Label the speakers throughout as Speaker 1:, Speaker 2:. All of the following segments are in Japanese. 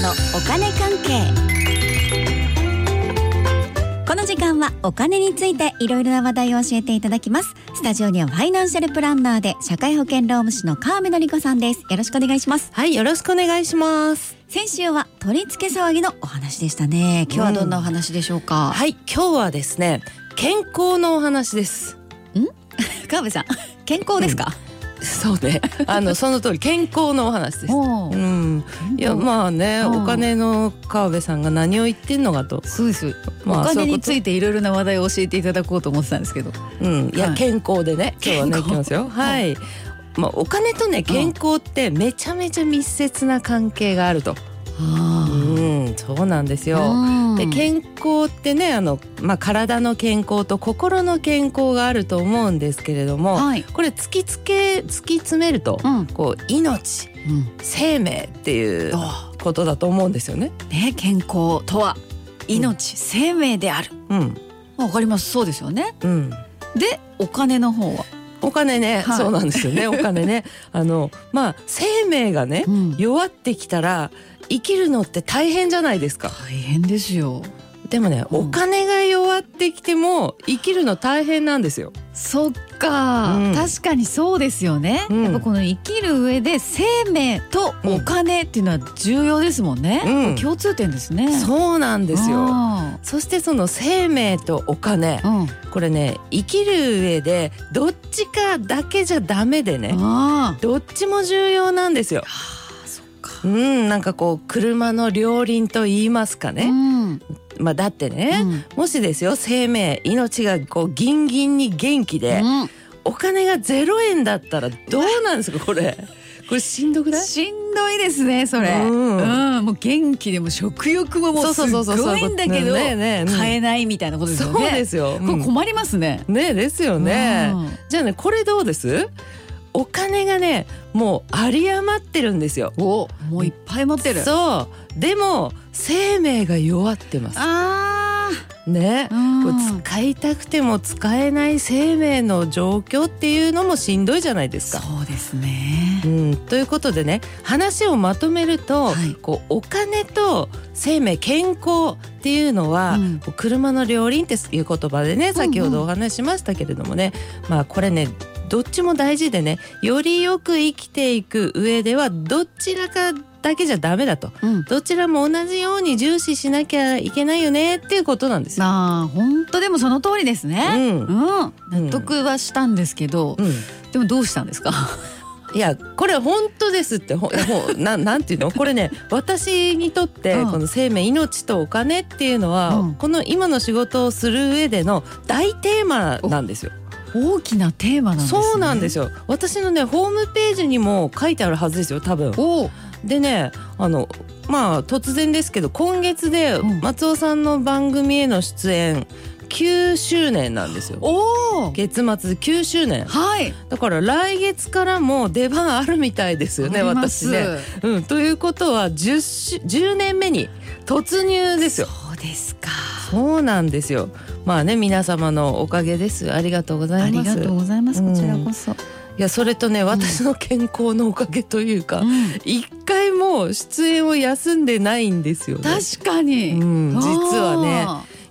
Speaker 1: のお金関係この時間はお金についていろいろな話題を教えていただきますスタジオにはファイナンシャルプランナーで社会保険労務士の川目紀子さんですよろしくお願いします
Speaker 2: はい、よろしくお願いします。
Speaker 1: 先週は取り付け騒ぎのお話でしたね今日はどんなお話でしょうか、
Speaker 2: はい、今日はですね、健康のお話 です。
Speaker 1: 川部さん健康ですか、
Speaker 2: そうね、あの、その通り、健康のお話です。
Speaker 1: お
Speaker 2: う
Speaker 1: ー
Speaker 2: ん、いや、まあね、
Speaker 1: うん
Speaker 2: お金の川辺さんが何を言ってんのかと。
Speaker 3: そうです。
Speaker 2: まあ
Speaker 3: お金につ
Speaker 2: そういう
Speaker 3: いていろいろな話題を教えていただこうと思ってたんですけど。
Speaker 2: ことうん、いや、
Speaker 3: はい
Speaker 2: 健康でね、今日はね、
Speaker 3: 健
Speaker 2: い
Speaker 3: 康
Speaker 2: きますよ。はい。まあ、お金とね、健康ってめちゃめちゃ密接な関係があると。うん、そうなんですよ。で健康ってねあの、まあ、体の健康と心の健康があると思うんですけれども、
Speaker 1: はい
Speaker 2: これ突きつけ突き詰めると、
Speaker 1: うん
Speaker 2: こう命生命っていうことだと思うんですよね。
Speaker 3: ね、健康とは命、生命である。
Speaker 2: うん
Speaker 3: わかります。そうですよね。
Speaker 2: うん、
Speaker 3: で、お金の方は。
Speaker 2: お金ね、
Speaker 3: はい
Speaker 2: そうなんですよ ねお金ねあの、まあ、生命がね、
Speaker 3: ん
Speaker 2: 弱ってきたら生きるのって大変じゃないですか。
Speaker 3: 大変ですよ。
Speaker 2: でもね、
Speaker 3: うん
Speaker 2: お金が弱ってきても生きるの大変なんですよ。
Speaker 3: そっか、
Speaker 2: うん
Speaker 3: 確かにそうですよね、
Speaker 2: うん
Speaker 3: やっぱこの生きる上で生命とお金っていうのは重要ですもんね、
Speaker 2: うん
Speaker 3: 共通点ですねう
Speaker 2: そうなんですよ。
Speaker 3: あ
Speaker 2: そしてその生命とお金
Speaker 3: ーうん、
Speaker 2: これね生きる上でどっちかだけじゃダメでね
Speaker 3: あー
Speaker 2: どっちも重要なんですよ。
Speaker 3: あそっか、
Speaker 2: うんなんかこう車の両輪と言いますか
Speaker 3: う
Speaker 2: ね。
Speaker 3: ん
Speaker 2: まあだってね、
Speaker 3: うん
Speaker 2: もしですよ生命命がこうギンギンに元気で、
Speaker 3: うん
Speaker 2: お金が0円だったらどうなんですかこれ。これしんどくない
Speaker 3: しんどいですねそれ、
Speaker 2: う
Speaker 3: うんんもう元気でも食欲ももうすっごいんだけど
Speaker 2: ねえねえねえ
Speaker 3: 買えないみたいなことですよ
Speaker 2: そうで
Speaker 3: ね
Speaker 2: すよ。
Speaker 3: こ
Speaker 2: うん
Speaker 3: れ困りますね
Speaker 2: ねですよね。
Speaker 3: うん
Speaker 2: じゃあねこれどうですお金がねもう有り余ってるんですよ
Speaker 3: おもういっぱい持ってる
Speaker 2: そうでも生命が弱ってます
Speaker 3: あ
Speaker 2: ね
Speaker 3: あ、うん
Speaker 2: こう使いたくても使えない生命の状況っていうのもしんどいじゃないですか。
Speaker 3: そうですね
Speaker 2: うん、ということでね話をまとめると、
Speaker 3: はい
Speaker 2: こうお金と生命健康っていうのは、
Speaker 3: うん
Speaker 2: こう車の両輪っていう言葉でね先ほどお話ししましたけれどもね、まあこれねどっちも大事でねよりよく生きていく上ではどちらかだけじゃダメだと
Speaker 3: うん
Speaker 2: どちらも同じように重視しなきゃいけないよねっていうことなんですよ。
Speaker 3: なあ本当でもその通りです
Speaker 2: う
Speaker 3: ね
Speaker 2: ん
Speaker 3: うん、納得はしたんですけど、
Speaker 2: うん
Speaker 3: でもどうしたんですか
Speaker 2: いやこれ本当ですってほ ほんなんなんていうのこれね私にとって
Speaker 3: うん
Speaker 2: この生命命とお金っていうのは、
Speaker 3: うん
Speaker 2: この今の仕事をする上での大テーマなんですよ。
Speaker 3: 大きなテーマなんですね
Speaker 2: そうなんです
Speaker 3: よ
Speaker 2: よ私のねホームページにも書いてあるはずですよ多分。
Speaker 3: お
Speaker 2: でねあのまあ突然ですけど今月で
Speaker 3: ん
Speaker 2: 松尾さんの番組への出演9周年なんですよ。
Speaker 3: おー
Speaker 2: 月末9周年
Speaker 3: はい
Speaker 2: だから来月からも出番あるみたいですよね
Speaker 3: あります
Speaker 2: 私ね。うん、ということは 10, し10年目に突入ですよ。
Speaker 3: そうですか
Speaker 2: そうなんですよ。まあね皆様のおかげです。ありがとうござ
Speaker 3: あ
Speaker 2: い
Speaker 3: り
Speaker 2: ます。
Speaker 3: がとうございます
Speaker 2: うん
Speaker 3: こちらこそ、
Speaker 2: いやそれとね私の健康のおかげというか、
Speaker 3: うん
Speaker 2: 一回も出演を休んでないんですよね。
Speaker 3: 確かに、
Speaker 2: うん
Speaker 3: あー
Speaker 2: 実はね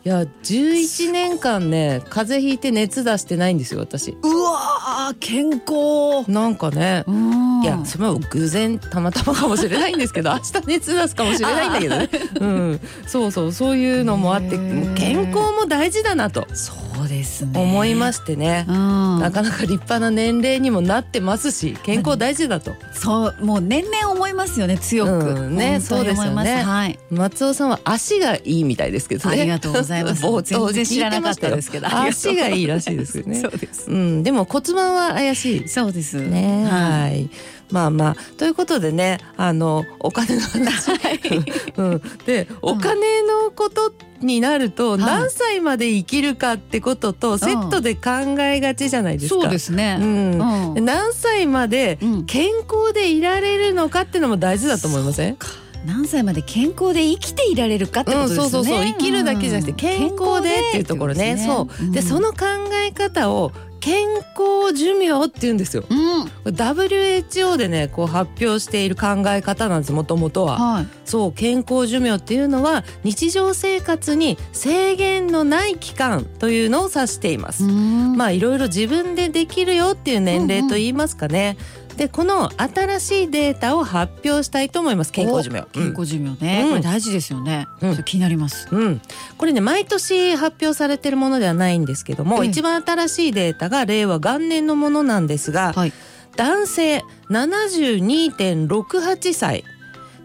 Speaker 2: いや11年間ね風邪ひいて熱出してないんですよ私。
Speaker 3: うわー健康
Speaker 2: なんかね。
Speaker 3: うん
Speaker 2: いやそれは偶然たまたまかもしれないんです けど明日熱出すかもしれないんだけどね、うん、そうそうそういうのもあっ
Speaker 3: へ
Speaker 2: て
Speaker 3: ー
Speaker 2: 健康も大事だなと
Speaker 3: そうですね
Speaker 2: 思いま
Speaker 3: し
Speaker 2: してね
Speaker 3: う。ん
Speaker 2: なかなか立派な年齢にもなってますし健康大事だと
Speaker 3: そうもう年々思いますよね強く、
Speaker 2: うんね
Speaker 3: 本当に思いま
Speaker 2: そうですよね
Speaker 3: はい
Speaker 2: 松尾さんは足がいいみたいですけど
Speaker 3: あ
Speaker 2: ね
Speaker 3: りがとうござい ます
Speaker 2: 冒頭に
Speaker 3: 全然知らなかった
Speaker 2: 聞いて
Speaker 3: で
Speaker 2: まし
Speaker 3: すけど
Speaker 2: たよ足がいいらしいですよね
Speaker 3: そうです
Speaker 2: うん、でも骨盤は怪しい
Speaker 3: そうです
Speaker 2: ね
Speaker 3: はい
Speaker 2: はい。まあまあということでねあのお金の話、 うん、でお金のことになると
Speaker 3: い
Speaker 2: 何歳まで生きるかってこととセットで考えがちじゃないですか。
Speaker 3: そうです
Speaker 2: う
Speaker 3: ね
Speaker 2: ん
Speaker 3: うん
Speaker 2: で何歳まで
Speaker 3: うん
Speaker 2: 健康でいられるのかってのも大事だと思いません
Speaker 3: 何歳まで健康で生きていられるかってこ
Speaker 2: う
Speaker 3: と
Speaker 2: ん、
Speaker 3: ですね、
Speaker 2: そうそうそう生きるだけじゃなくて健康でっていうところねそうでそ
Speaker 3: の
Speaker 2: の考え方を健康寿命って言うんですよ
Speaker 3: うん
Speaker 2: WHO でねこう発表している考え方なんですもともとは。
Speaker 3: はい。
Speaker 2: そう健康寿命っていうのは日常生活に制限のない期間というのを指しています。
Speaker 3: ま
Speaker 2: まあいろいろ自分でできるよっていう年齢と言いますかね。でこの新しいデータを発表したいと思います健康寿命。
Speaker 3: 健康寿命ね、
Speaker 2: うん
Speaker 3: これ大事ですよね。
Speaker 2: うん
Speaker 3: それ気になります。
Speaker 2: うんうん、これね毎年発表されてるものではないんですけども、
Speaker 3: ええ
Speaker 2: 一番新しいデータが令和元年のものなんですが、
Speaker 3: はい。
Speaker 2: 男性72.68歳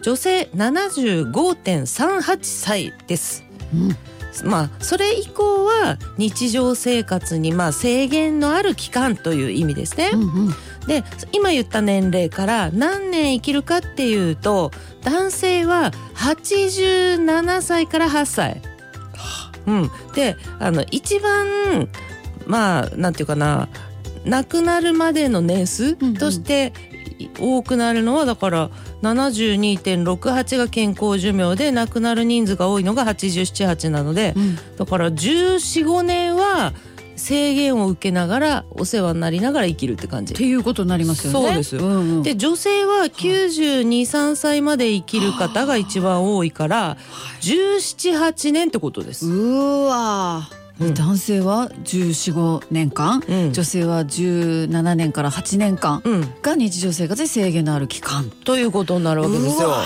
Speaker 2: 女性75.38歳です。
Speaker 3: うん
Speaker 2: まあ、それ以降は日常生活にまあ制限のある期間という意味ですね。
Speaker 3: うんうん
Speaker 2: で今言った年齢から何年生きるかっていうと男性は87歳から8歳。うん、であの一番まあなんていうかな亡くなるまでの年数
Speaker 3: うんうん
Speaker 2: として多くなるのはだから72.68が健康寿命で亡くなる人数が多いのが878なので
Speaker 3: うん
Speaker 2: だから1415年は制限を受けながらお世話になりながら生きるって感じ
Speaker 3: って。いうことになりますよね。
Speaker 2: そうですよ
Speaker 3: んうん
Speaker 2: で女性は923歳まで生きる方が一番多いから178年ってことです。
Speaker 3: うわー、
Speaker 2: うん
Speaker 3: 男性は14、5年間、
Speaker 2: うん
Speaker 3: 女性は17年から8年間
Speaker 2: うん、
Speaker 3: が日常生活で制限のある期間。
Speaker 2: ということになるわけです
Speaker 3: う
Speaker 2: よ
Speaker 3: わ。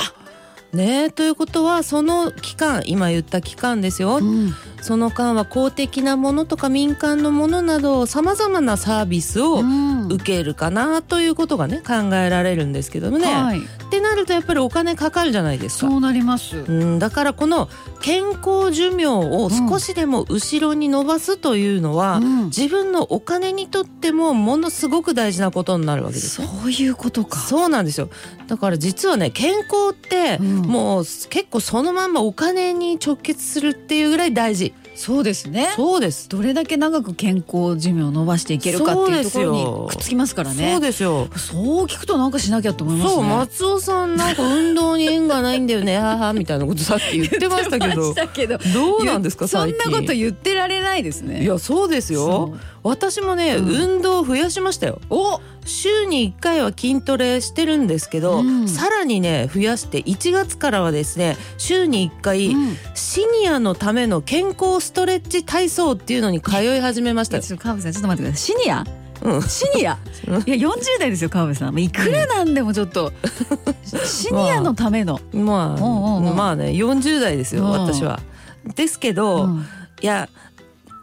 Speaker 2: ねえということはその期間今言った期間ですよ、
Speaker 3: うん
Speaker 2: その間は公的なものとか民間のものなどさまざまなサービスを
Speaker 3: うん
Speaker 2: 受けるかなということがね考えられるんですけどもね。
Speaker 3: はい、
Speaker 2: ってなるとやっぱりお金かかるじゃないですか
Speaker 3: そ。うなります。
Speaker 2: うん、だからこの健康寿命を少しでも後ろに伸ばすというのは、
Speaker 3: うん
Speaker 2: 自分のお金にとってもものすごく大事なことになるわけです
Speaker 3: そ
Speaker 2: ね。
Speaker 3: ういうことか。
Speaker 2: そうなんですよだから実はね健康って
Speaker 3: うん
Speaker 2: もう結構そのまんまお金に直結するっていうぐらい大事
Speaker 3: そうですね。
Speaker 2: そうです
Speaker 3: どれだけ長く健康寿命を伸ばしていけるかっていうところにくっつきますからね。
Speaker 2: そうですよ
Speaker 3: そう聞くとなんかしなきゃと思いますね。
Speaker 2: そう松尾さんなんか運動に縁がないんだよ ねははみたいなことさっき言ってましたけど
Speaker 3: 言ってましたけど
Speaker 2: どうなんですか
Speaker 3: そ
Speaker 2: 最
Speaker 3: ん
Speaker 2: 近
Speaker 3: なこと言ってられないですね。
Speaker 2: いやそうですよ
Speaker 3: そう
Speaker 2: 私もね、
Speaker 3: うん
Speaker 2: 運動を増やしましたよ
Speaker 3: お
Speaker 2: 週に1回は筋トレしてるんですけど、
Speaker 3: うん
Speaker 2: さらにね増やして1月からはですね週に1回、
Speaker 3: うん
Speaker 2: シニアのための健康ストレッチ体操っていうのに通い始めましたよ
Speaker 3: ちょっと川辺さんちょっと待ってください。シニア
Speaker 2: うん
Speaker 3: シニ ア
Speaker 2: うん
Speaker 3: いや40代ですよ川辺さん。まあいくらなんでもちょっ と、シニアのための。
Speaker 2: まあ
Speaker 3: おうおうおう
Speaker 2: まあね40代ですよ、
Speaker 3: うん
Speaker 2: 私は。ですけど、
Speaker 3: うん
Speaker 2: いや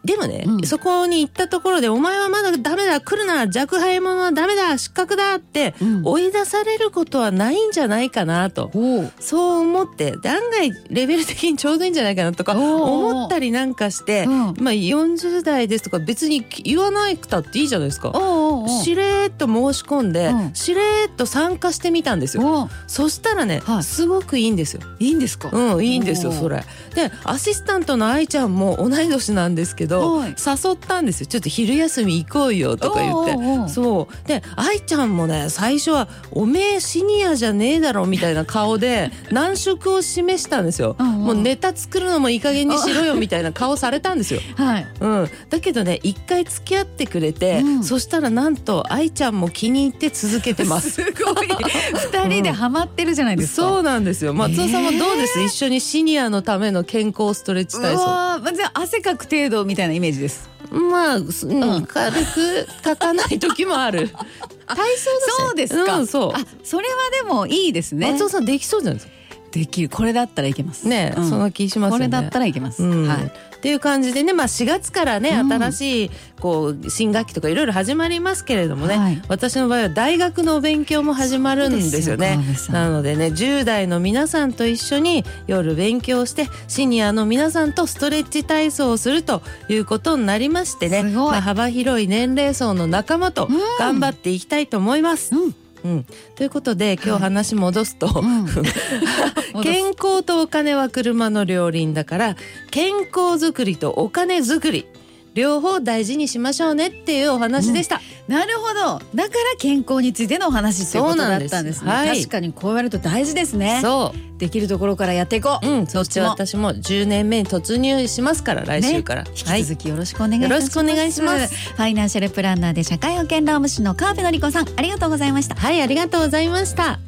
Speaker 2: でもね、
Speaker 3: うん
Speaker 2: そこに行ったところで「お前はまだダメだ来るな若輩者はダメだ失格だ」って
Speaker 3: うん
Speaker 2: 追い出されることはないんじゃないかなと。
Speaker 3: おう
Speaker 2: そう思ってで案外レベル的にちょうどいいんじゃないかなとか
Speaker 3: おー
Speaker 2: 思ったりなんかして、
Speaker 3: うん
Speaker 2: まあ、40代ですとか別に言わなくたっていいじゃないですか。
Speaker 3: おうおうおう
Speaker 2: しれーっと申し込んで、
Speaker 3: うん
Speaker 2: しれーっと参加してみたんですよ。
Speaker 3: おう
Speaker 2: そしたらね、
Speaker 3: はい
Speaker 2: すごくいいんですよ。
Speaker 3: いいんですか。
Speaker 2: うん、いいんですよ、
Speaker 3: おー
Speaker 2: それ。で、アシスタントの愛ちゃんも同い年なんですけ
Speaker 3: はい
Speaker 2: ど、誘ったんですよ。ちょっと昼休み行こうよとか言って。
Speaker 3: おうおうおう
Speaker 2: そうで愛ちゃんもね最初は「おめえシニアじゃねえだろ」みたいな顔で難色を示したんですよ。
Speaker 3: うんうん
Speaker 2: もうネタ作るのもいい加減にしろよみたいな顔されたん ですよ。
Speaker 3: はい。
Speaker 2: うん、だけどね一回付き合ってくれて、
Speaker 3: うん
Speaker 2: そしたらなんと愛ちゃんも気に入って続けてます。
Speaker 3: すごい二人でハマってるじゃないですか。
Speaker 2: そううなんですよ松尾さんもどうです、一緒にシニアのための健康ストレッチ体操
Speaker 3: わーまあじゃあ汗かく程度みたいなイメージです。
Speaker 2: まあ、すうん
Speaker 3: うん
Speaker 2: 軽く書かない時もあ る体操だし
Speaker 3: そうですか。
Speaker 2: うんそう
Speaker 3: あ、それはでもいいですね
Speaker 2: 松。尾さんできそうじゃないですか
Speaker 3: できる。これだったらいけます。
Speaker 2: ね、
Speaker 3: うん
Speaker 2: その気しますよ
Speaker 3: こ
Speaker 2: ね。
Speaker 3: れだったらいけます。
Speaker 2: うん
Speaker 3: はい。
Speaker 2: っていう感じでね、まあ、4月からね、
Speaker 3: うん
Speaker 2: 新しいこう新学期とかいろいろ始まりますけれどもね、
Speaker 3: はい
Speaker 2: 私の場合は大学の勉強も始まるんですよね
Speaker 3: そうですよ川辺さ。ん
Speaker 2: なのでね10代の皆さんと一緒に夜勉強してシニアの皆さんとストレッチ体操をするということになりましてね
Speaker 3: すごい
Speaker 2: まあ、幅広い年齢層の仲間と頑張っていきたいと思います。
Speaker 3: うん
Speaker 2: うんということで今日話戻すと、
Speaker 3: ん
Speaker 2: 健康とお金は車の両輪だから健康づくりとお金づくり両方大事にしましょうねっていうお話でした、
Speaker 3: なるほどだから健康についてのお話ということだったんですね
Speaker 2: そうなんですはい
Speaker 3: 確かにこうやると大事ですね
Speaker 2: そ
Speaker 3: できるところからやっていこう、
Speaker 2: う、うん、
Speaker 3: ど
Speaker 2: そ
Speaker 3: っ
Speaker 2: っ
Speaker 3: ち
Speaker 2: ち
Speaker 3: も
Speaker 2: 私も10年目に突入しますから来週から、
Speaker 3: 引
Speaker 2: は
Speaker 3: き
Speaker 2: い
Speaker 3: 続きよろしくお願いいたします、
Speaker 2: よろしくお願いします
Speaker 1: ファイナンシャルプランナーで社会保険労務士の川辺典子さんありがとうございました
Speaker 2: はいありがとうございました